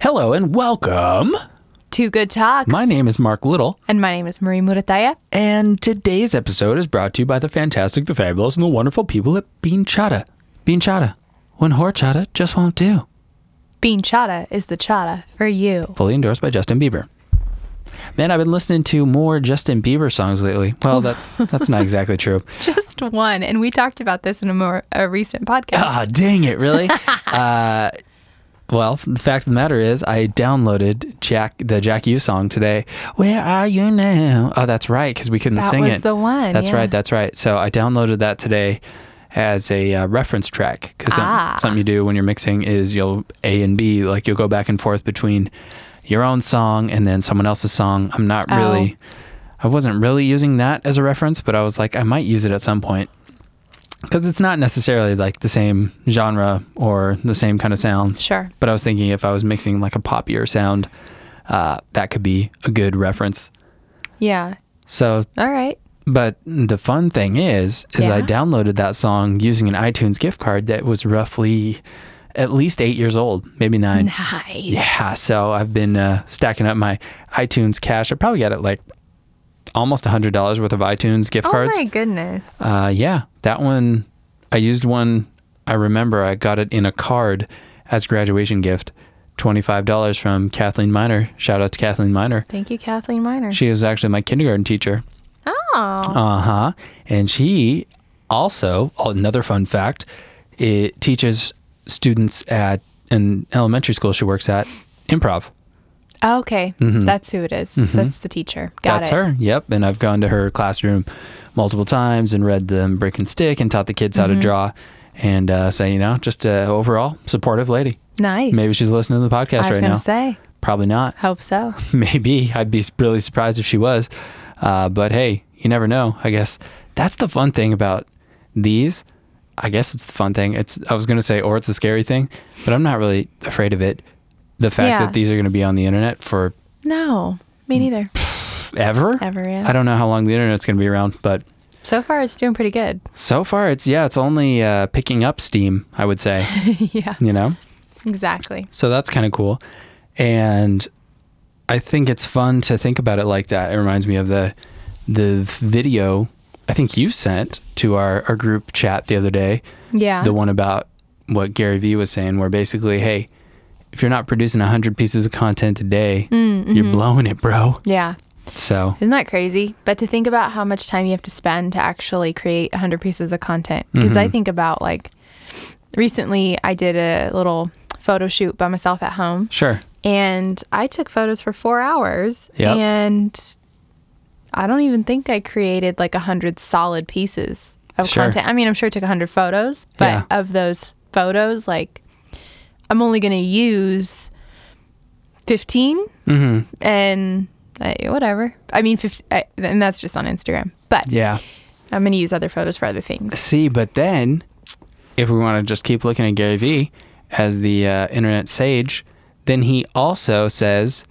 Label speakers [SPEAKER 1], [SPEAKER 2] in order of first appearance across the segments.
[SPEAKER 1] Hello and welcome.
[SPEAKER 2] Two Good Talks.
[SPEAKER 1] My name is Mark Little,
[SPEAKER 2] and my name is Marie Murataya.
[SPEAKER 1] and today's episode is brought to you by the fantastic, the fabulous, and the wonderful people at Bean Chata. Bean Chata. When horchata just won't do.
[SPEAKER 2] Bean chata is the chata for you.
[SPEAKER 1] Fully endorsed by Justin Bieber. Man, I've been listening to more Justin Bieber songs lately. Well, that that's not exactly true.
[SPEAKER 2] Just one, and we talked about this in a more a recent podcast.
[SPEAKER 1] Ah, dang it, really? uh, well, the fact of the matter is, I downloaded Jack the Jack U song today. Where are you now? Oh, that's right, because we couldn't
[SPEAKER 2] That
[SPEAKER 1] sing
[SPEAKER 2] was
[SPEAKER 1] it.
[SPEAKER 2] the one,
[SPEAKER 1] That's
[SPEAKER 2] yeah.
[SPEAKER 1] right. That's right. So I downloaded that today as a uh, reference track because
[SPEAKER 2] Ah.
[SPEAKER 1] something you do when you're mixing is you'll A and B, like you'll go back and forth between your own song and then someone else's song. I'm not
[SPEAKER 2] Oh.
[SPEAKER 1] really. I wasn't really using that as a reference, but I was like, I might use it at some point because it's not necessarily like the same genre or the same kind of sounds.
[SPEAKER 2] Sure.
[SPEAKER 1] But I was thinking if I was mixing like a poppier sound, uh, that could be a good reference.
[SPEAKER 2] Yeah.
[SPEAKER 1] So,
[SPEAKER 2] All right.
[SPEAKER 1] but the fun thing is, is I
[SPEAKER 2] Yeah?
[SPEAKER 1] downloaded that song using an iTunes gift card that was roughly at least eight years old, maybe nine.
[SPEAKER 2] Nice.
[SPEAKER 1] Yeah, so I've been uh, stacking up my iTunes cash. I probably got it like almost hundred dollars worth of iTunes gift
[SPEAKER 2] Oh
[SPEAKER 1] cards.
[SPEAKER 2] my goodness.
[SPEAKER 1] Uh, yeah, that one. I used one. I remember I got it in a card as graduation gift. Twenty-five dollars from Kathleen Miner. Shout out to Kathleen Miner.
[SPEAKER 2] Thank you, Kathleen Miner.
[SPEAKER 1] She was actually my kindergarten teacher.
[SPEAKER 2] oh.
[SPEAKER 1] Uh huh. And she also another fun fact. It teaches students at an elementary school she works at improv.
[SPEAKER 2] Oh, Okay. That's who it is. That's the teacher.
[SPEAKER 1] Mm-hmm.
[SPEAKER 2] Got
[SPEAKER 1] That's
[SPEAKER 2] it.
[SPEAKER 1] her. Yep. And I've gone to her classroom multiple times and read them Brick and Stick and taught the kids
[SPEAKER 2] Mm-hmm.
[SPEAKER 1] how to draw. And uh, so, you know, just a overall supportive lady.
[SPEAKER 2] Nice.
[SPEAKER 1] Maybe she's listening to the podcast
[SPEAKER 2] I was
[SPEAKER 1] right
[SPEAKER 2] gonna
[SPEAKER 1] now.
[SPEAKER 2] say.
[SPEAKER 1] Probably not.
[SPEAKER 2] Hope so.
[SPEAKER 1] Maybe. I'd be really surprised if she was. Uh, but hey, you never know, I guess. That's the fun thing about these. I guess it's the fun thing. It's I was going to say or it's a scary thing, but I'm not really afraid of it. The fact
[SPEAKER 2] Yeah.
[SPEAKER 1] that these are going to be on the internet for
[SPEAKER 2] No, me neither.
[SPEAKER 1] ever.
[SPEAKER 2] Ever, yeah.
[SPEAKER 1] Mm. I don't know how long the internet's going to be around, but
[SPEAKER 2] So far, it's doing pretty good.
[SPEAKER 1] so far it's yeah, it's only uh, picking up steam. I would say,
[SPEAKER 2] yeah.
[SPEAKER 1] you know,
[SPEAKER 2] Exactly.
[SPEAKER 1] so that's kind of cool, and I think it's fun to think about it like that. It reminds me of the the video I think you sent to our our group chat the other day,
[SPEAKER 2] Yeah.
[SPEAKER 1] the one about what Gary Vee was saying, where basically, hey. If you're not producing 100 pieces of content a day,
[SPEAKER 2] Mm-hmm.
[SPEAKER 1] you're blowing it, bro.
[SPEAKER 2] Mm, yeah.
[SPEAKER 1] So,
[SPEAKER 2] Isn't that crazy? But to think about how much time you have to spend to actually create 100 pieces of content. Because
[SPEAKER 1] Mm-hmm.
[SPEAKER 2] I think about like recently I did a little photo shoot by myself at home
[SPEAKER 1] sure.
[SPEAKER 2] and I took photos for four hours.
[SPEAKER 1] Yep.
[SPEAKER 2] And I don't even think I created like 100 solid pieces of
[SPEAKER 1] Sure.
[SPEAKER 2] content. I mean, I'm sure I took 100 photos, but
[SPEAKER 1] Yeah.
[SPEAKER 2] of those photos, like I'm only going to use 15
[SPEAKER 1] Mhm.
[SPEAKER 2] and I, whatever. I mean, 50, I, and that's just on Instagram. But
[SPEAKER 1] Yeah.
[SPEAKER 2] I'm going to use other photos for other things.
[SPEAKER 1] See, but then, if we want to just keep looking at Gary Vee as the uh, internet sage, then he also says,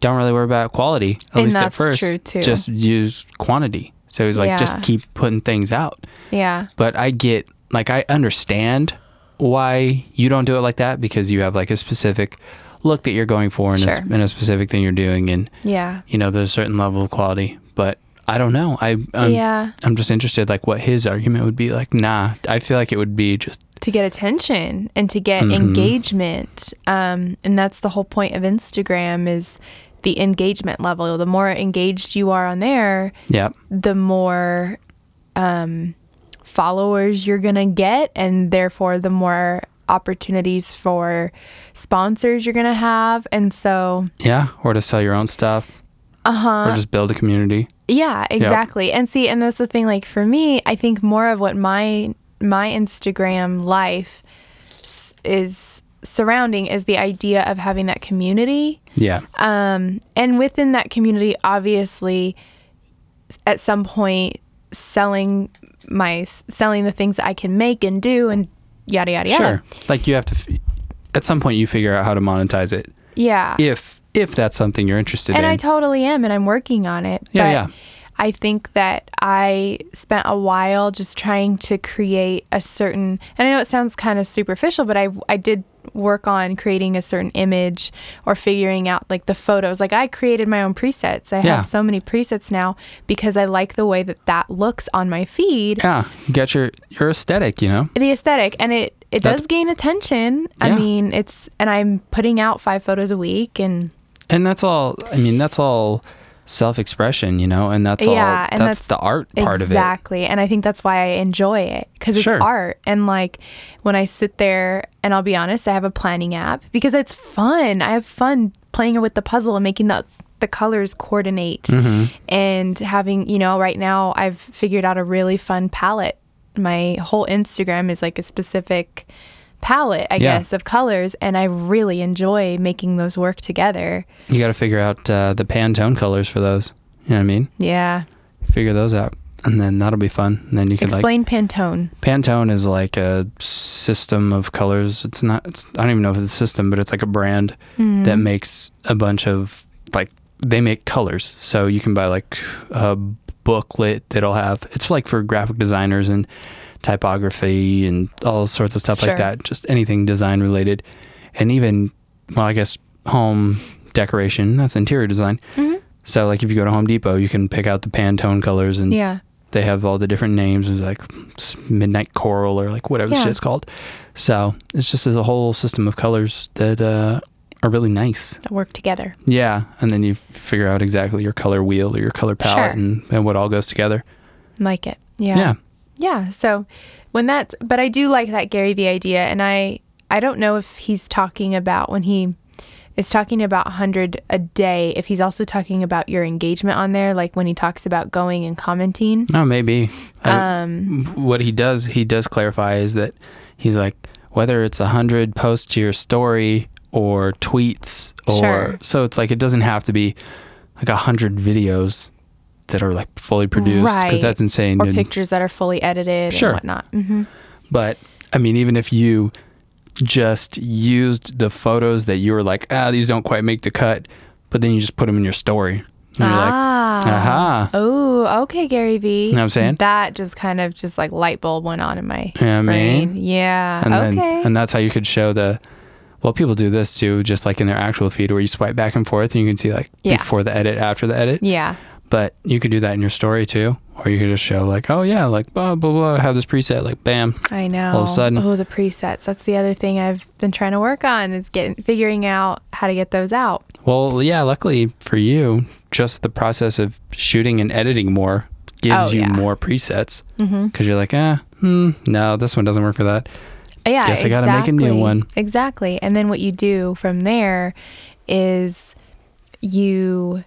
[SPEAKER 1] don't really worry about quality, at
[SPEAKER 2] And
[SPEAKER 1] least at
[SPEAKER 2] that's
[SPEAKER 1] first.
[SPEAKER 2] true, too.
[SPEAKER 1] Just use quantity. So he's like,
[SPEAKER 2] Yeah.
[SPEAKER 1] just keep putting things out.
[SPEAKER 2] Yeah.
[SPEAKER 1] But I get, like, I understand why you don't do it like that because you have, like, a specific look that you're going for and, a,
[SPEAKER 2] Sure.
[SPEAKER 1] and a specific thing you're doing. And,
[SPEAKER 2] Yeah.
[SPEAKER 1] you know, there's a certain level of quality. But I don't know. I, I'm,
[SPEAKER 2] Yeah.
[SPEAKER 1] I'm just interested, like, what his argument would be. Like, nah, I feel like it would be just,
[SPEAKER 2] to get attention and to get engagement um, and that's the whole point of instagram is the engagement level the more engaged you are on there
[SPEAKER 1] yeah,
[SPEAKER 2] the more um, followers you're gonna get and therefore the more opportunities for sponsors you're gonna have and so
[SPEAKER 1] yeah, or to sell your own stuff.
[SPEAKER 2] Uh-huh.
[SPEAKER 1] Uh huh. Or just build a community.
[SPEAKER 2] Yeah, exactly. And see, and that's the thing. Like for me, I think more of what my my Instagram life s- is surrounding is the idea of having that community.
[SPEAKER 1] Yeah.
[SPEAKER 2] Um, and within that community, obviously, s- at some point, selling my s- selling the things that I can make and do and yada yada yada.
[SPEAKER 1] Sure. Like, you have to, f- at some point, you figure out how to monetize it
[SPEAKER 2] Yeah.
[SPEAKER 1] if if that's something you're interested
[SPEAKER 2] and
[SPEAKER 1] in.
[SPEAKER 2] I totally am, and I'm working on it.
[SPEAKER 1] Yeah,
[SPEAKER 2] but
[SPEAKER 1] yeah.
[SPEAKER 2] I think that I spent a while just trying to create a certain, and I know it sounds kind of superficial, but I I did work on creating a certain image or figuring out like the photos. Like I created my own presets. I
[SPEAKER 1] Yeah.
[SPEAKER 2] have so many presets now because I like the way that that looks on my feed.
[SPEAKER 1] Yeah, you got your your aesthetic, you know.
[SPEAKER 2] The aesthetic and it it
[SPEAKER 1] That's-
[SPEAKER 2] does gain attention.
[SPEAKER 1] Yeah.
[SPEAKER 2] I mean, it's and I'm putting out 5 photos a week and
[SPEAKER 1] And that's all. I mean, that's all self-expression, you know. And that's all.
[SPEAKER 2] Yeah, and
[SPEAKER 1] that's,
[SPEAKER 2] that's-
[SPEAKER 1] the art part
[SPEAKER 2] exactly.
[SPEAKER 1] of it.
[SPEAKER 2] And I think that's why I enjoy it because it's
[SPEAKER 1] Sure.
[SPEAKER 2] art. And like when I sit there, and I'll be honest, I have a planning app because it's fun. I have fun playing with the puzzle and making the the colors coordinate
[SPEAKER 1] Mm. Mm-hmm.
[SPEAKER 2] and having you know right now I've figured out a really fun palette. My whole Instagram is like a specific palette, I
[SPEAKER 1] Yeah.
[SPEAKER 2] guess, of colors, and I really enjoy making those work together.
[SPEAKER 1] You got to figure out uh, the Pantone colors for those. You know what I mean?
[SPEAKER 2] Yeah.
[SPEAKER 1] Figure those out, and then that'll be fun. And then you can like
[SPEAKER 2] Explain Pantone.
[SPEAKER 1] Pantone is like a system of colors. It's not. It's, I don't even know if it's a system, but it's like a brand that
[SPEAKER 2] Mm-hmm.
[SPEAKER 1] makes a bunch of like they make colors. So you can buy like a booklet that'll have. It's like for graphic designers and typography and all sorts of stuff like
[SPEAKER 2] Sure.
[SPEAKER 1] that. Just anything design related, and even well, I guess home decoration. That's interior design.
[SPEAKER 2] Mm-hmm.
[SPEAKER 1] So like if you go to Home Depot, you can pick out the Pantone colors and
[SPEAKER 2] Yeah.
[SPEAKER 1] they have all the different names like s- midnight coral or like whatever the
[SPEAKER 2] Yeah.
[SPEAKER 1] shit's called so it's just a whole system of colors that uh, are really nice
[SPEAKER 2] That work together.
[SPEAKER 1] yeah and then you figure out exactly your color wheel or your color palette
[SPEAKER 2] Sure.
[SPEAKER 1] and, and what all goes together
[SPEAKER 2] Like it.
[SPEAKER 1] yeah,
[SPEAKER 2] Yeah. So when that's, but I do like that Gary Vee idea. And I, I don't know if he's talking about when he is talking about 100 a day, if he's also talking about your engagement on there, like when he talks about going and commenting.
[SPEAKER 1] no maybe I-
[SPEAKER 2] Um,
[SPEAKER 1] what he does he does clarify is that he's like whether it's a hundred posts to your story or tweets or
[SPEAKER 2] Sure.
[SPEAKER 1] so it's like it doesn't have to be like a hundred videos that are like fully produced because
[SPEAKER 2] Right.
[SPEAKER 1] that's insane
[SPEAKER 2] or
[SPEAKER 1] and-
[SPEAKER 2] pictures that are fully edited
[SPEAKER 1] Sure.
[SPEAKER 2] and whatnot. hmm
[SPEAKER 1] But I mean, even if you just used the photos that you were like, ah, these don't quite make the cut, but then you just put them in your story, and you're
[SPEAKER 2] Ah,
[SPEAKER 1] like, aha,
[SPEAKER 2] Oh, okay, Gary Vee.
[SPEAKER 1] Know what I'm saying?
[SPEAKER 2] That just kind of just like light bulb went on in my
[SPEAKER 1] Yeah, I mean.
[SPEAKER 2] brain. Yeah.
[SPEAKER 1] and
[SPEAKER 2] okay.
[SPEAKER 1] then and that's how you could show the. Well, people do this too, just like in their actual feed, where you swipe back and forth, and you can see like
[SPEAKER 2] Yeah.
[SPEAKER 1] before the edit, after the edit.
[SPEAKER 2] yeah.
[SPEAKER 1] But you could do that in your story too, or you could just show like, oh yeah, like blah blah blah, have this preset, like bam,
[SPEAKER 2] I know.
[SPEAKER 1] of a sudden.
[SPEAKER 2] Oh, the presets. That's the other thing I've been trying to work on is getting figuring out how to get those out.
[SPEAKER 1] Well, yeah, luckily for you, just the process of shooting and editing more gives
[SPEAKER 2] Oh,
[SPEAKER 1] you
[SPEAKER 2] yeah.
[SPEAKER 1] more presets because you're like, ah, hmm, no, this one doesn't work for that.
[SPEAKER 2] Yeah,
[SPEAKER 1] Guess I
[SPEAKER 2] exactly.
[SPEAKER 1] gotta make a new one.
[SPEAKER 2] Exactly. And then what you do from there is you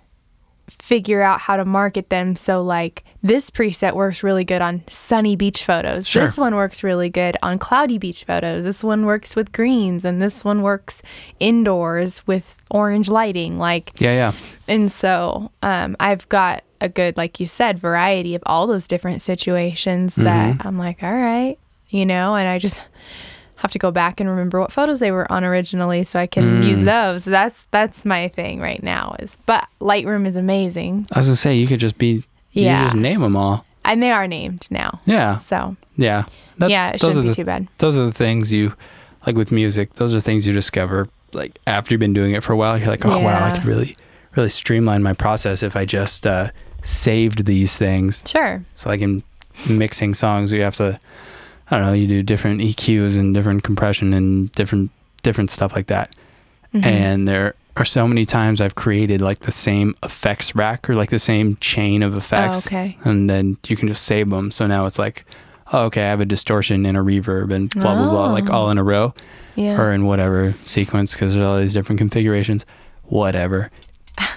[SPEAKER 2] figure out how to market them. So like this preset works really good on sunny beach photos.
[SPEAKER 1] Sure.
[SPEAKER 2] This one works really good on cloudy beach photos. This one works with greens and this one works indoors with orange lighting. Like
[SPEAKER 1] Yeah, yeah,
[SPEAKER 2] And so um, I've got a good, like you said, variety of all those different situations
[SPEAKER 1] Mm-hmm.
[SPEAKER 2] that I'm like, all right, you know, and I just have to go back and remember what photos they were on originally so I can
[SPEAKER 1] Mm.
[SPEAKER 2] use those. That's that's my thing right now is but Lightroom is amazing.
[SPEAKER 1] I was gonna say you could just be, you
[SPEAKER 2] Yeah.
[SPEAKER 1] could just name them all.
[SPEAKER 2] And they are named now.
[SPEAKER 1] Yeah,
[SPEAKER 2] So
[SPEAKER 1] yeah, That's,
[SPEAKER 2] yeah, it
[SPEAKER 1] those
[SPEAKER 2] shouldn't
[SPEAKER 1] are
[SPEAKER 2] be
[SPEAKER 1] the-
[SPEAKER 2] too bad.
[SPEAKER 1] Those are the things you like with music. Those are things you discover like after you've been doing it for a while. You're like, oh wow, I
[SPEAKER 2] Yeah.
[SPEAKER 1] could really, really streamline my process if I just uh, saved these things.
[SPEAKER 2] Sure.
[SPEAKER 1] So like in mixing songs, you have to, I don't know, you do different EQs and different compression and different different stuff like that.
[SPEAKER 2] Mm-hmm.
[SPEAKER 1] And there are so many times I've created like the same effects rack or like the same chain of effects.
[SPEAKER 2] Oh, okay.
[SPEAKER 1] And then you can just save them. So now it's like, oh, okay, I have a distortion and a reverb and blah blah blah, like
[SPEAKER 2] Oh.
[SPEAKER 1] all in a row
[SPEAKER 2] Yeah.
[SPEAKER 1] or in whatever sequence because there's all these different configurations. Whatever.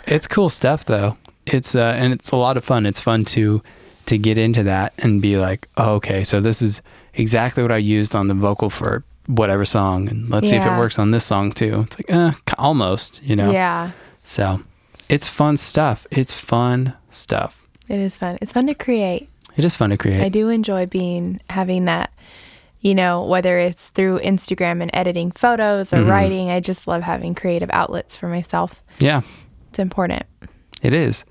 [SPEAKER 1] it's cool stuff though. It's uh, and it's a lot of fun. It's fun to to get into that and be like, oh, okay, so this is exactly what I used on the vocal for whatever song, and let's see if it
[SPEAKER 2] Yeah.
[SPEAKER 1] works on this song too. It's like, uh, k- almost, you know.
[SPEAKER 2] Yeah.
[SPEAKER 1] So, it's fun stuff. It's fun stuff.
[SPEAKER 2] It is fun. It's fun to create.
[SPEAKER 1] It is fun to create.
[SPEAKER 2] I do enjoy being having that, you know, whether it's through Instagram and editing photos or
[SPEAKER 1] Mm-hmm.
[SPEAKER 2] writing. I just love having creative outlets for myself.
[SPEAKER 1] Yeah.
[SPEAKER 2] It's important.
[SPEAKER 1] It is.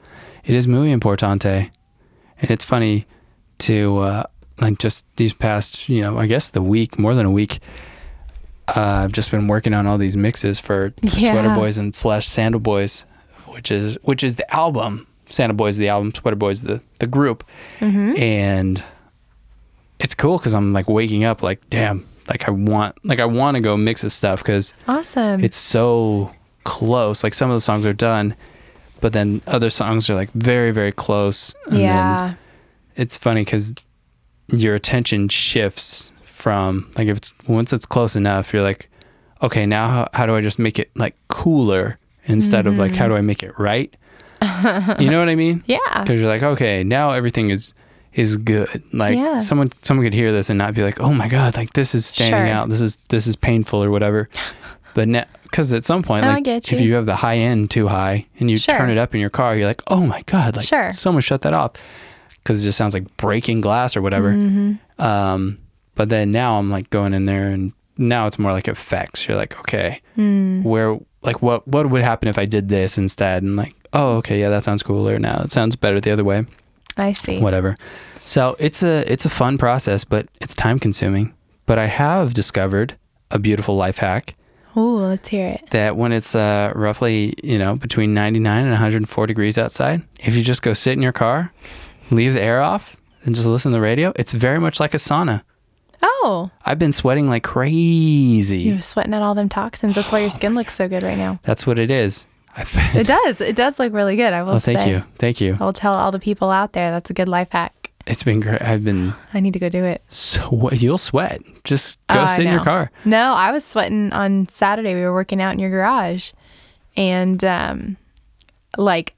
[SPEAKER 1] It is muy importante. And it's funny to, uh, like, just these past, you know, I guess the week, more than a week, uh, I've just been working on all these mixes for, for
[SPEAKER 2] Yeah.
[SPEAKER 1] Sweater Boys and slash Sandal Boys, which is which is the album. Sandal Boys is the album. Sweater Boys is the the group, and it's cool because I'm like waking up like damn, like I want like I want to go mix this stuff because
[SPEAKER 2] Awesome.
[SPEAKER 1] it's so close. Like some of the songs are done, but then other songs are like very very close. And Then,
[SPEAKER 2] yeah.
[SPEAKER 1] it's funny because your attention shifts from like if it's once it's close enough, you're like, okay, now how, how do I just make it like cooler instead of like how do I make it right? you know what I mean?
[SPEAKER 2] Yeah.
[SPEAKER 1] Because you're like, okay, now everything is is good. Like
[SPEAKER 2] Yeah.
[SPEAKER 1] someone someone could hear this and not be like, oh my god, like this is standing
[SPEAKER 2] Sure.
[SPEAKER 1] out. This is this is painful or whatever. But now, because at some point,
[SPEAKER 2] No, I
[SPEAKER 1] like
[SPEAKER 2] get
[SPEAKER 1] if
[SPEAKER 2] you.
[SPEAKER 1] you have the high end too high and you
[SPEAKER 2] Sure.
[SPEAKER 1] turn it up in your car, you're like, oh my god, like
[SPEAKER 2] Sure.
[SPEAKER 1] someone shut that off because it just sounds like breaking glass or whatever.
[SPEAKER 2] Mm-hmm.
[SPEAKER 1] Um, but then now I'm like going in there and now it's more like effects. You're like, okay,
[SPEAKER 2] Mm.
[SPEAKER 1] where like what what would happen if I did this instead? And like, oh okay, yeah, that sounds cooler now. It sounds better the other way.
[SPEAKER 2] I see.
[SPEAKER 1] Whatever. So it's a it's a fun process, but it's time consuming. But I have discovered a beautiful life hack
[SPEAKER 2] Ooh, let's hear it.
[SPEAKER 1] that when it's uh, roughly you know between 99 and 104 degrees outside if you just go sit in your car leave the air off and just listen to the radio it's very much like a sauna
[SPEAKER 2] Oh,
[SPEAKER 1] i've been sweating like crazy
[SPEAKER 2] you're sweating out all them toxins. That's why your skin looks so good right now.
[SPEAKER 1] that's what it is I've been,
[SPEAKER 2] It does. It does look really good. I will
[SPEAKER 1] oh thank
[SPEAKER 2] say.
[SPEAKER 1] you thank you
[SPEAKER 2] I will tell all the people out there that's a good life hack.
[SPEAKER 1] it's been great i've been
[SPEAKER 2] I need to go do it.
[SPEAKER 1] so you'll sweat just go
[SPEAKER 2] Oh, I
[SPEAKER 1] sit in your
[SPEAKER 2] know.
[SPEAKER 1] car
[SPEAKER 2] No, I was sweating on Saturday. We were working out in your garage. And um like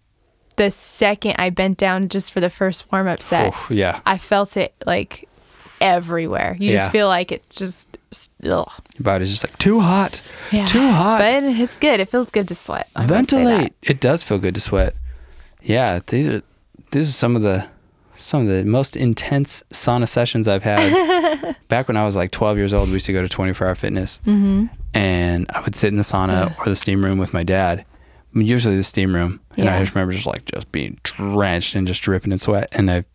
[SPEAKER 2] the second I bent down just for the first warm up set,
[SPEAKER 1] Oof, yeah
[SPEAKER 2] I felt it like everywhere. You
[SPEAKER 1] Yeah.
[SPEAKER 2] just feel like it just ugh.
[SPEAKER 1] your body's just like too hot
[SPEAKER 2] Yeah.
[SPEAKER 1] too hot
[SPEAKER 2] But it's good. It feels good to sweat. I will say that.
[SPEAKER 1] ventilate. It does feel good to sweat. Yeah, these are these are some of the some of the most intense sauna sessions I've had. Back when I was like 12 years old, we used to go to 24 Hour Fitness, mm-hmm. and I would sit in the sauna or the steam room with my dad. Usually the steam room, and I
[SPEAKER 2] Yeah.
[SPEAKER 1] just remember just like just being drenched and just dripping in sweat. And I've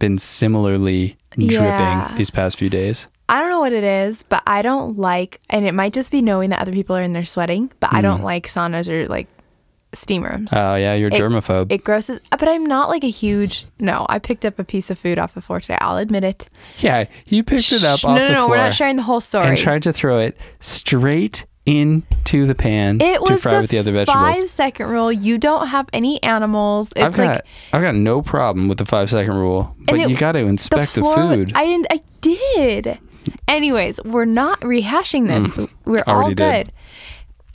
[SPEAKER 1] been similarly
[SPEAKER 2] Yeah.
[SPEAKER 1] dripping these past few days.
[SPEAKER 2] I don't know what it is, but I don't like, and it might just be knowing that other people are in there sweating, but I
[SPEAKER 1] Hmm.
[SPEAKER 2] don't like saunas or like steam rooms.
[SPEAKER 1] Oh yeah, you're germaphobe.
[SPEAKER 2] it grosses uh, but i'm not like a huge no i picked up a piece of food off the floor today i'll admit it
[SPEAKER 1] yeah, you picked it up
[SPEAKER 2] Shh,
[SPEAKER 1] off
[SPEAKER 2] no no
[SPEAKER 1] the
[SPEAKER 2] no
[SPEAKER 1] floor.
[SPEAKER 2] we're not sharing the whole story
[SPEAKER 1] and tried to throw it straight into the pan
[SPEAKER 2] it
[SPEAKER 1] to
[SPEAKER 2] was
[SPEAKER 1] fry
[SPEAKER 2] the
[SPEAKER 1] with the other
[SPEAKER 2] five
[SPEAKER 1] vegetables.
[SPEAKER 2] second rule you don't have any animals it's
[SPEAKER 1] I've got
[SPEAKER 2] like
[SPEAKER 1] I've got no problem with the five second rule, but
[SPEAKER 2] it-
[SPEAKER 1] you got to
[SPEAKER 2] the
[SPEAKER 1] inspect the,
[SPEAKER 2] floor
[SPEAKER 1] food.
[SPEAKER 2] i didn't i did anyways we're not rehashing this we're all
[SPEAKER 1] Mm. already did.
[SPEAKER 2] good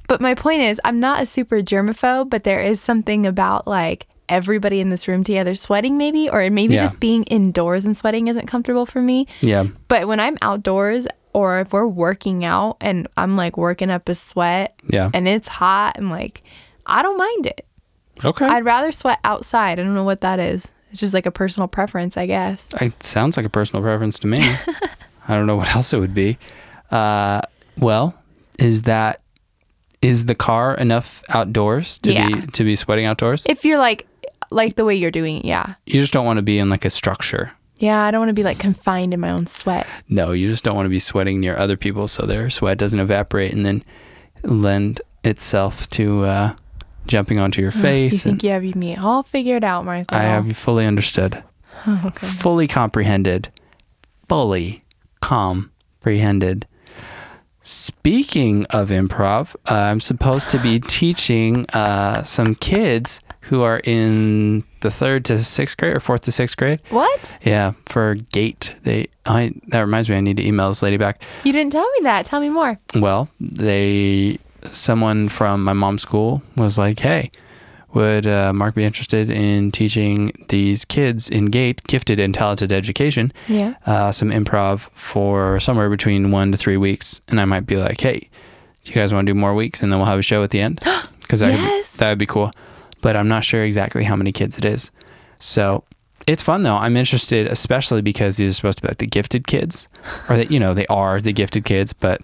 [SPEAKER 2] but my point is i'm not a super germaphobe but there is something about like everybody in this room together sweating maybe or maybe
[SPEAKER 1] Yeah.
[SPEAKER 2] just being indoors and sweating isn't comfortable for me
[SPEAKER 1] yeah,
[SPEAKER 2] But when I'm outdoors or if we're working out and I'm like working up a sweat
[SPEAKER 1] yeah.
[SPEAKER 2] and it's hot and like I don't mind it.
[SPEAKER 1] okay.
[SPEAKER 2] I'd rather sweat outside. I don't know what that is. It's just like a personal preference, I guess.
[SPEAKER 1] it sounds like a personal preference to me. I don't know what else it would be. Uh, well, is that is the car enough outdoors to
[SPEAKER 2] Yeah.
[SPEAKER 1] be to be sweating outdoors?
[SPEAKER 2] If you're like like the way you're doing it, yeah.
[SPEAKER 1] you just don't want to be in like a structure.
[SPEAKER 2] Yeah, I don't want to be like confined in my own sweat.
[SPEAKER 1] No, you just don't want to be sweating near other people so their sweat doesn't evaporate and then lend itself to uh, jumping onto your
[SPEAKER 2] Oh, You
[SPEAKER 1] face.
[SPEAKER 2] think
[SPEAKER 1] and
[SPEAKER 2] you have me all figured out, Michael.
[SPEAKER 1] I have fully understood,
[SPEAKER 2] okay.
[SPEAKER 1] fully comprehended, fully comprehended. Speaking of improv, uh, I'm supposed to be teaching uh, some kids who are in the third to sixth grade or fourth to sixth grade.
[SPEAKER 2] What?
[SPEAKER 1] Yeah, for gate, they. I that reminds me, I need to email this lady back.
[SPEAKER 2] You didn't tell me that. Tell me more.
[SPEAKER 1] Well, they someone from my mom's school was like, "Hey, would uh, Mark be interested in teaching these kids in Gate, gifted and talented education,
[SPEAKER 2] Yeah.
[SPEAKER 1] uh, some improv for somewhere between one to three weeks?" And I might be like, "Hey, do you guys want to do more weeks, and then we'll have a show at the end?" Because
[SPEAKER 2] Yes.
[SPEAKER 1] that would be cool. But I'm not sure exactly how many kids it is. So it's fun though. I'm interested, especially because these are supposed to be like the gifted kids, or that you know they are the gifted kids, but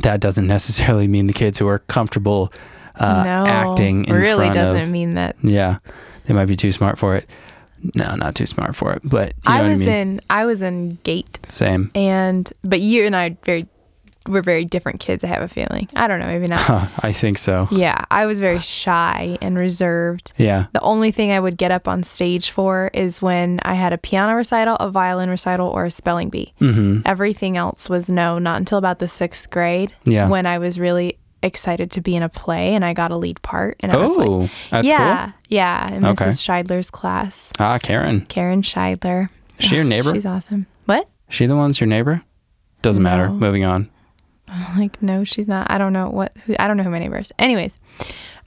[SPEAKER 1] that doesn't necessarily mean the kids who are comfortable uh,
[SPEAKER 2] no.
[SPEAKER 1] acting in
[SPEAKER 2] really
[SPEAKER 1] front
[SPEAKER 2] doesn't
[SPEAKER 1] of.
[SPEAKER 2] mean that.
[SPEAKER 1] yeah, they might be too smart for it. No, not too smart for it. But you know
[SPEAKER 2] I
[SPEAKER 1] what I
[SPEAKER 2] was
[SPEAKER 1] mean.
[SPEAKER 2] in I was in gate
[SPEAKER 1] Same.
[SPEAKER 2] and but you and I are very were very different kids. I have a feeling. I don't know. Maybe not.
[SPEAKER 1] Huh, I think so.
[SPEAKER 2] Yeah, I was very shy and reserved.
[SPEAKER 1] Yeah.
[SPEAKER 2] The only thing I would get up on stage for is when I had a piano recital, a violin recital, or a spelling bee. Mm-hmm. Everything else was no, not until about the sixth grade
[SPEAKER 1] Yeah.
[SPEAKER 2] when I was really excited to be in a play and I got a lead part. And I was like,
[SPEAKER 1] Oh, that's
[SPEAKER 2] yeah,
[SPEAKER 1] cool.
[SPEAKER 2] yeah, in
[SPEAKER 1] Okay.
[SPEAKER 2] Mrs. Scheidler's class,
[SPEAKER 1] Ah, Karen.
[SPEAKER 2] Karen Scheidler.
[SPEAKER 1] Is she your neighbor?
[SPEAKER 2] She's awesome. What?
[SPEAKER 1] She the one's your neighbor? Doesn't matter.
[SPEAKER 2] No.
[SPEAKER 1] Moving on.
[SPEAKER 2] like no she's not i don't know what who i don't know who my neighbor is anyways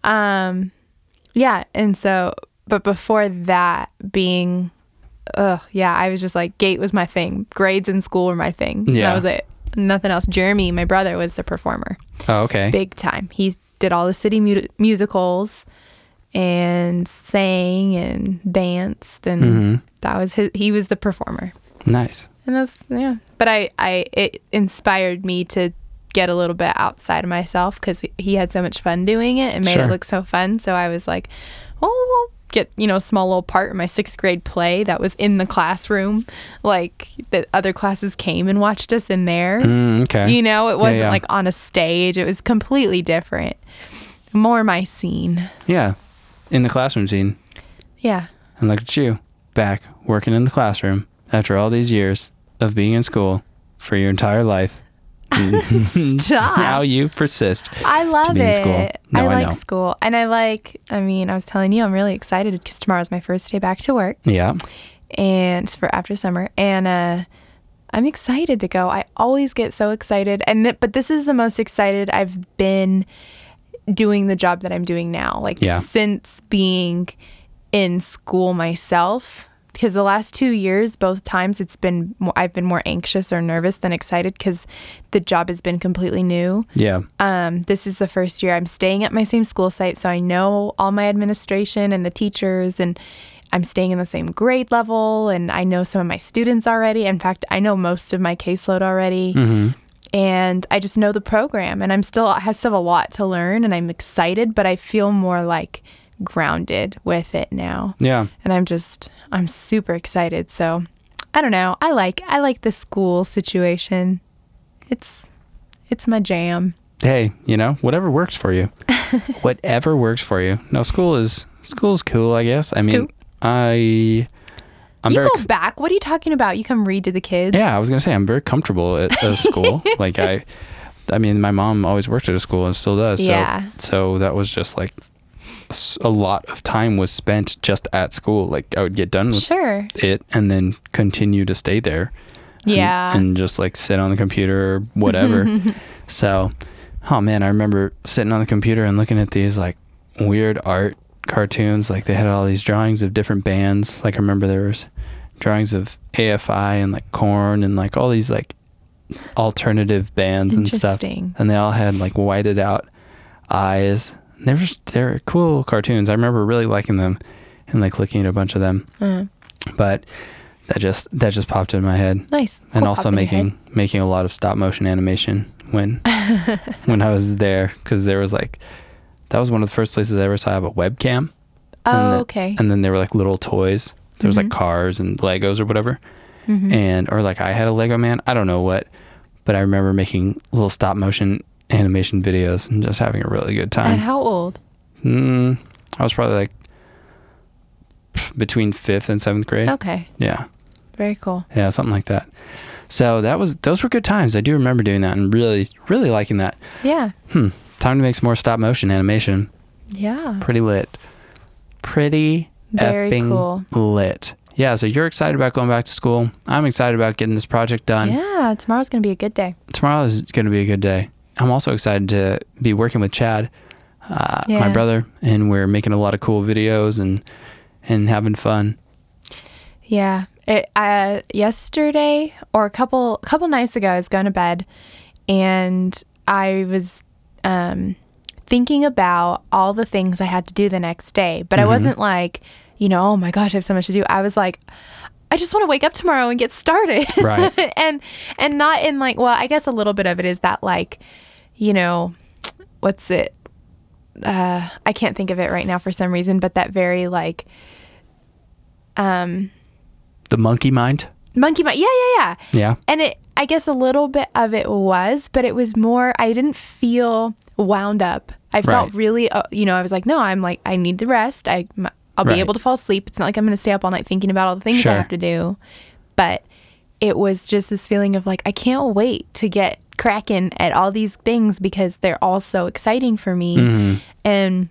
[SPEAKER 2] um yeah and so but before that being ugh yeah i was just like gate was my thing grades in school were my thing
[SPEAKER 1] Yeah.
[SPEAKER 2] that was it nothing else jeremy my brother was the performer
[SPEAKER 1] Oh, okay.
[SPEAKER 2] big time he did all the city mu- musicals and sang and danced and
[SPEAKER 1] Mm-hmm.
[SPEAKER 2] that was his he was the performer
[SPEAKER 1] Nice.
[SPEAKER 2] and that's yeah. But I I it inspired me to get a little bit outside of myself because he had so much fun doing it and made
[SPEAKER 1] Sure.
[SPEAKER 2] it look so fun. So I was like, oh, we'll get you know a small little part in my sixth grade play that was in the classroom, like that other classes came and watched us in there.
[SPEAKER 1] Mm, okay.
[SPEAKER 2] Mm-hmm. You know, it wasn't
[SPEAKER 1] yeah.
[SPEAKER 2] like on a stage. It was completely different. More my scene.
[SPEAKER 1] yeah. In the classroom scene.
[SPEAKER 2] Yeah.
[SPEAKER 1] And look at you, back working in the classroom after all these years of being in school for your entire life. Mm.
[SPEAKER 2] Stop.
[SPEAKER 1] Now you persist.
[SPEAKER 2] I love
[SPEAKER 1] be in
[SPEAKER 2] it.
[SPEAKER 1] school. No,
[SPEAKER 2] I
[SPEAKER 1] I
[SPEAKER 2] like
[SPEAKER 1] know.
[SPEAKER 2] school. And I like, I mean, I was telling you, I'm really excited because tomorrow's my first day back to work
[SPEAKER 1] Yeah.
[SPEAKER 2] and for after summer. And uh, I'm excited to go. I always get so excited. And th- but this is the most excited I've been doing the job that I'm doing now. Like
[SPEAKER 1] Yeah.
[SPEAKER 2] since being in school myself. Because the last two years, both times, it's been more, I've been more anxious or nervous than excited because the job has been completely new.
[SPEAKER 1] Yeah.
[SPEAKER 2] Um, this is the first year I'm staying at my same school site, so I know all my administration and the teachers, and I'm staying in the same grade level, and I know some of my students already. In fact, I know most of my caseload already, and I just know the program, and I'm still I still have a lot to learn, and I'm excited, but I feel more like grounded with it now,
[SPEAKER 1] Yeah.
[SPEAKER 2] and I'm just I'm super excited. So I don't know, I like I like the school situation. It's it's my jam.
[SPEAKER 1] Hey, you know, whatever works for you. whatever works for you. No, school is school's cool, I guess. I mean,
[SPEAKER 2] cool.
[SPEAKER 1] I I'm
[SPEAKER 2] you
[SPEAKER 1] very
[SPEAKER 2] go back. What are you talking about? You come read to the kids.
[SPEAKER 1] Yeah, I was gonna say I'm very comfortable at a school. like I, I mean, my mom always worked at a school and still does. So,
[SPEAKER 2] Yeah.
[SPEAKER 1] So that was just like s- a lot of time was spent just at school. Like I would get done with
[SPEAKER 2] Sure.
[SPEAKER 1] it and then continue to stay there. and-
[SPEAKER 2] Yeah.
[SPEAKER 1] And, just like sit on the computer or whatever. so, oh man, I remember sitting on the computer and looking at these like weird art cartoons. Like they had all these drawings of different bands. Like I remember there was drawings of AFI and like Corn and like all these like alternative bands and stuff.
[SPEAKER 2] Interesting.
[SPEAKER 1] And they all had like whited out eyes. They were just- they were cool cartoons. I remember really liking them and like looking at a bunch of them.
[SPEAKER 2] Uh,
[SPEAKER 1] But that just that just popped in my head
[SPEAKER 2] nice.
[SPEAKER 1] and
[SPEAKER 2] Cool
[SPEAKER 1] also
[SPEAKER 2] pop in your head.
[SPEAKER 1] making making a lot of stop motion animation when when I was there because there was like that was one of the first places I ever saw have a webcam.
[SPEAKER 2] Oh,
[SPEAKER 1] the-
[SPEAKER 2] okay. Mm-hmm.
[SPEAKER 1] And then there were like little toys. There was like cars and Legos or whatever, and or like I had a Lego man. I don't know what, but I remember making little stop motion animation videos and just having a really good
[SPEAKER 2] At
[SPEAKER 1] time.
[SPEAKER 2] how old?
[SPEAKER 1] mm, I was probably like between fifth and seventh grade.
[SPEAKER 2] Okay.
[SPEAKER 1] Yeah.
[SPEAKER 2] Very cool.
[SPEAKER 1] Yeah, something like that. So that was those were good times. I do remember doing that and really really liking that.
[SPEAKER 2] Yeah.
[SPEAKER 1] Hmm. Time to make some more stop motion animation.
[SPEAKER 2] Yeah.
[SPEAKER 1] Pretty lit. Pretty
[SPEAKER 2] Very
[SPEAKER 1] effing
[SPEAKER 2] cool.
[SPEAKER 1] lit. Yeah, so you're excited about going back to school. I'm excited about getting this project done.
[SPEAKER 2] Yeah. Tomorrow's gonna be a good day.
[SPEAKER 1] Tomorrow is going to be a good day. I'm also excited to be working with Chad, uh, my
[SPEAKER 2] Yeah.
[SPEAKER 1] brother, and we're making a lot of cool videos and and having fun.
[SPEAKER 2] Yeah. It, uh, yesterday or a couple couple nights ago, I was going to bed, and I was um, thinking about all the things I had to do the next day. But I wasn't like, you know, oh my gosh, I have so much to do. I was like, I just want to wake up tomorrow and get started.
[SPEAKER 1] Right.
[SPEAKER 2] and and not in like, well, I guess a little bit of it is that like, you know, what's it? Uh, I can't think of it right now for some reason, but that very like
[SPEAKER 1] The monkey mind?
[SPEAKER 2] monkey mind. Yeah, yeah, yeah.
[SPEAKER 1] Yeah.
[SPEAKER 2] And it I guess a little bit of it was, but it was more, I didn't feel wound up. I felt
[SPEAKER 1] Right.
[SPEAKER 2] really, uh, you know, I was like, no, I'm like, I need to rest. I, m- I'll
[SPEAKER 1] Right.
[SPEAKER 2] be able to fall asleep. It's not like I'm going to stay up all night thinking about all the things
[SPEAKER 1] Sure.
[SPEAKER 2] I have to do. But it was just this feeling of like, I can't wait to get cracking at all these things because they're all so exciting for me.
[SPEAKER 1] Mm-hmm.
[SPEAKER 2] And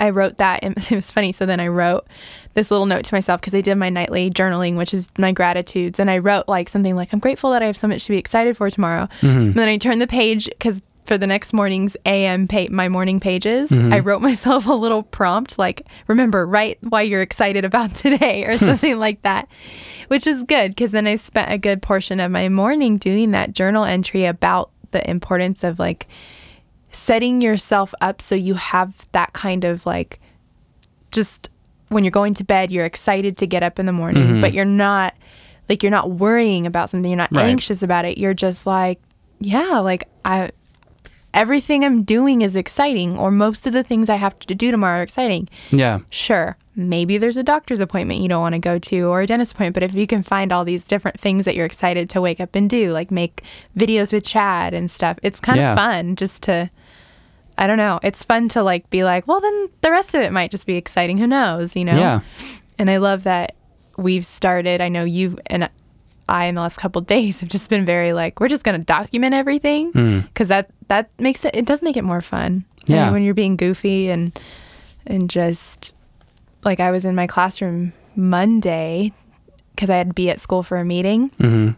[SPEAKER 2] I wrote that. And it was funny. So then I wrote this little note to myself because I did my nightly journaling, which is my gratitudes. And I wrote like something like, I'm grateful that I have so much to be excited for tomorrow. And then I turned the page because for the next morning's AM, pa- my morning pages, I wrote myself a little prompt like, remember, write why you're excited about today or something like that, which is good because then I spent a good portion of my morning doing that journal entry about the importance of like, setting yourself up so you have that kind of like just when you're going to bed you're excited to get up in the morning but you're not like you're not worrying about something you're not
[SPEAKER 1] Right.
[SPEAKER 2] anxious about it you're just like yeah like i everything i'm doing is exciting or most of the things i have to do tomorrow are exciting
[SPEAKER 1] Yeah.
[SPEAKER 2] sure maybe there's a doctor's appointment you don't want to go to or a dentist appointment but if you can find all these different things that you're excited to wake up and do like make videos with chad and stuff it's kind
[SPEAKER 1] Yeah.
[SPEAKER 2] of fun just to i don't know it's fun to like be like well then the rest of it might just be exciting who knows you know
[SPEAKER 1] Yeah.
[SPEAKER 2] and i love that we've started i know you and i in the last couple of days have just been very like we're just going to document everything because that that makes it it does make it more fun I mean,
[SPEAKER 1] Hmm. Yeah.
[SPEAKER 2] when you're being goofy and and just like I was in my classroom Monday because I had to be at school for a meeting. Mm-hmm.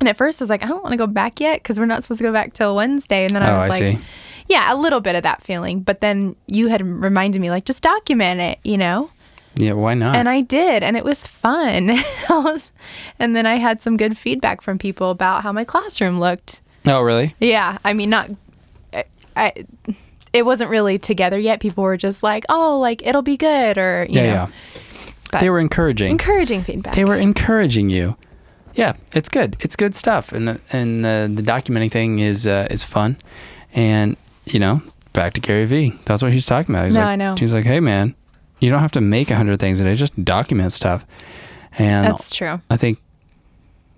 [SPEAKER 2] And at first I was like, I don't want to go back yet because we're not supposed to go back till Wednesday. And then
[SPEAKER 1] Oh,
[SPEAKER 2] I
[SPEAKER 1] I
[SPEAKER 2] was like,
[SPEAKER 1] see.
[SPEAKER 2] yeah, a little bit of that feeling. But then you had reminded me, like, just document it, you know?
[SPEAKER 1] Yeah. Why not?
[SPEAKER 2] And I did, and it was fun. I was- and then I had some good feedback from people about how my classroom looked.
[SPEAKER 1] oh, really?
[SPEAKER 2] Yeah, I mean, not. I, I, it wasn't really together yet. People were just like, "Oh, like it'll be good," or you
[SPEAKER 1] Yeah.
[SPEAKER 2] know,
[SPEAKER 1] yeah.
[SPEAKER 2] but-
[SPEAKER 1] They were encouraging.
[SPEAKER 2] encouraging feedback.
[SPEAKER 1] they were encouraging you. Yeah, it's good. It's good stuff, and the- and the, the documenting thing is uh, is fun, and you know, back to Gary Vee. That's what he's talking about. He's
[SPEAKER 2] No,
[SPEAKER 1] like,
[SPEAKER 2] I know.
[SPEAKER 1] He's like, hey man, you don't have to make a hundred things a day. Just document stuff. And
[SPEAKER 2] That's true.
[SPEAKER 1] I think,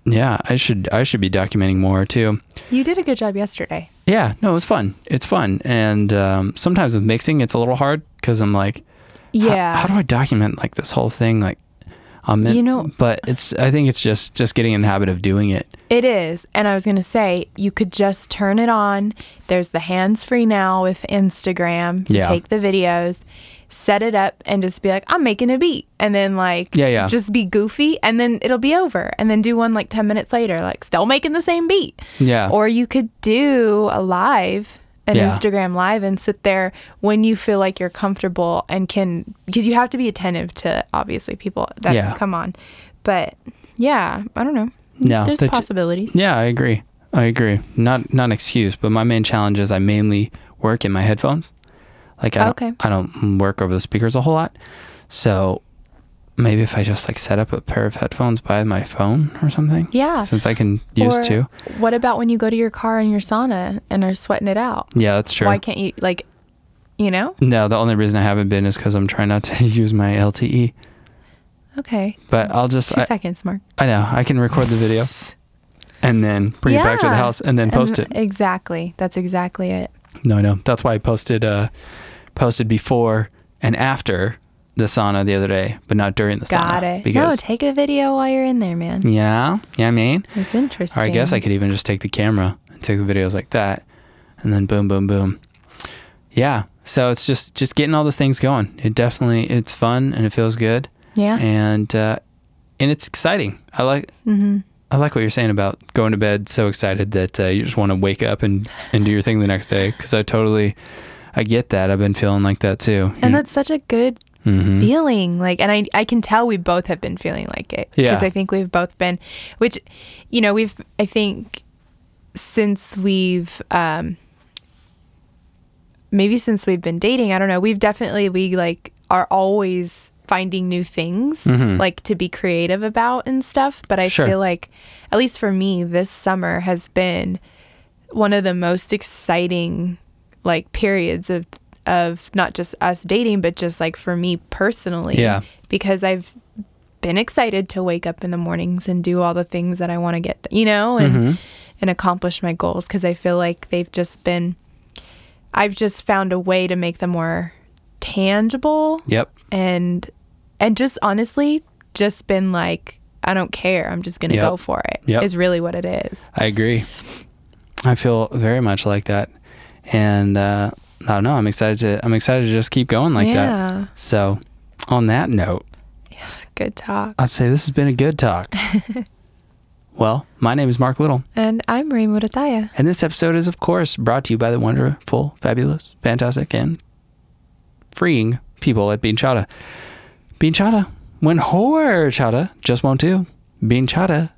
[SPEAKER 1] yeah, I should I should be documenting more too.
[SPEAKER 2] You did a good job yesterday.
[SPEAKER 1] Yeah, no, it's fun. It's fun, and um, sometimes with mixing, it's a little hard because I'm like, how-
[SPEAKER 2] Yeah.
[SPEAKER 1] How, do I document like this whole thing? Like, um,
[SPEAKER 2] You know-
[SPEAKER 1] but it's. I think it's just just getting in the habit of doing it.
[SPEAKER 2] It is. And I was going to say, you could just turn it on. There's the hands free now with Instagram to
[SPEAKER 1] Yeah.
[SPEAKER 2] take the videos, set it up, and just be like, I'm making a beat. And then, like,
[SPEAKER 1] Yeah, yeah.
[SPEAKER 2] just be goofy. And then it'll be over. And then do one like 10 minutes later, like, still making the same beat.
[SPEAKER 1] Yeah.
[SPEAKER 2] Or you could do a live, an
[SPEAKER 1] Yeah.
[SPEAKER 2] Instagram live, and sit there when you feel like you're comfortable and can, because you have to be attentive to obviously people that
[SPEAKER 1] Yeah.
[SPEAKER 2] come on. But yeah, I don't know.
[SPEAKER 1] No,
[SPEAKER 2] There's
[SPEAKER 1] that-
[SPEAKER 2] possibilities.
[SPEAKER 1] Yeah, I agree. I agree. Not not an excuse, but my main challenge is I mainly work in my headphones. Like I don't,
[SPEAKER 2] Okay.
[SPEAKER 1] I don't work over the speakers a whole lot. So maybe if I just like set up a pair of headphones by my phone or something.
[SPEAKER 2] Yeah.
[SPEAKER 1] Since I can use
[SPEAKER 2] Or
[SPEAKER 1] two.
[SPEAKER 2] What about when you go to your car and your sauna and are sweating it out?
[SPEAKER 1] Yeah, that's true.
[SPEAKER 2] Why can't you like, you know?
[SPEAKER 1] no, the only reason I haven't been is because I'm trying not to use my LTE.
[SPEAKER 2] Okay,
[SPEAKER 1] But I'll just
[SPEAKER 2] two
[SPEAKER 1] I,
[SPEAKER 2] seconds, Mark.
[SPEAKER 1] I know I can record the video and then bring it back to the
[SPEAKER 2] Yeah.
[SPEAKER 1] house and then post it.
[SPEAKER 2] um, Exactly. That's exactly it.
[SPEAKER 1] No, no. That's why I posted uh posted before and after the sauna the other day, but not during the sauna.
[SPEAKER 2] Got it. No,
[SPEAKER 1] Because
[SPEAKER 2] take a video while you're in there, man.
[SPEAKER 1] yeah, yeah, I mean,
[SPEAKER 2] It's interesting.
[SPEAKER 1] Mm. or I guess I could even just take the camera and take the videos like that, and then boom, boom, boom. Yeah. So it's just just getting all those things going. It definitely it's fun and it feels good,
[SPEAKER 2] Yeah.
[SPEAKER 1] and uh, and it's exciting. I like.
[SPEAKER 2] Mm-hmm.
[SPEAKER 1] I like what you're saying about going to bed so excited that uh, you just want to wake up and, and do your thing the next day. Because I totally, I get that. I've been feeling like that too. Mm-hmm.
[SPEAKER 2] and that's such a good feeling like and I, I can tell we both have been feeling like it
[SPEAKER 1] Yeah.
[SPEAKER 2] i think we've both been which you know we've i think since we've um maybe since we've been dating i don't know we've definitely we like are always finding new things like to be creative about and stuff but i
[SPEAKER 1] Mm-hmm. Sure.
[SPEAKER 2] feel like at least for me this summer has been one of the most exciting like periods of of not just us dating but just like for me personally
[SPEAKER 1] Yeah.
[SPEAKER 2] because i've been excited to wake up in the mornings and do all the things that I want to get, you know, and
[SPEAKER 1] Mm-hmm.
[SPEAKER 2] and accomplish my goals because I feel like they've just been I've just found a way to make them more tangible
[SPEAKER 1] Yep.
[SPEAKER 2] and and just honestly just been like I don't care. I'm just going to
[SPEAKER 1] Yep.
[SPEAKER 2] go for it. Is
[SPEAKER 1] Yep.
[SPEAKER 2] really what it is.
[SPEAKER 1] I agree. I feel very much like that, and uh, I don't know. I'm excited to. I'm excited to just keep going like
[SPEAKER 2] yeah.
[SPEAKER 1] that. So, on that note,
[SPEAKER 2] Good talk.
[SPEAKER 1] I'd say this has been a good talk. well, my name is Mark Little,
[SPEAKER 2] And I'm Ray Murataya.
[SPEAKER 1] and this episode is, of course, brought to you by the wonderful, fabulous, fantastic, and freeing people at Bean Chata. Bean Chata, when horchata just won't do. Bean Chata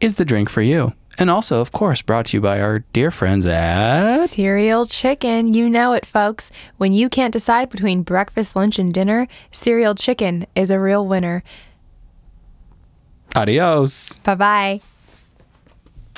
[SPEAKER 1] is the drink for you. And also, of course, brought to you by our dear friends at.
[SPEAKER 2] Cereal chicken. You know it, folks. When you can't decide between breakfast, lunch, and dinner, cereal chicken is a real winner.
[SPEAKER 1] Adios.
[SPEAKER 2] Bye bye.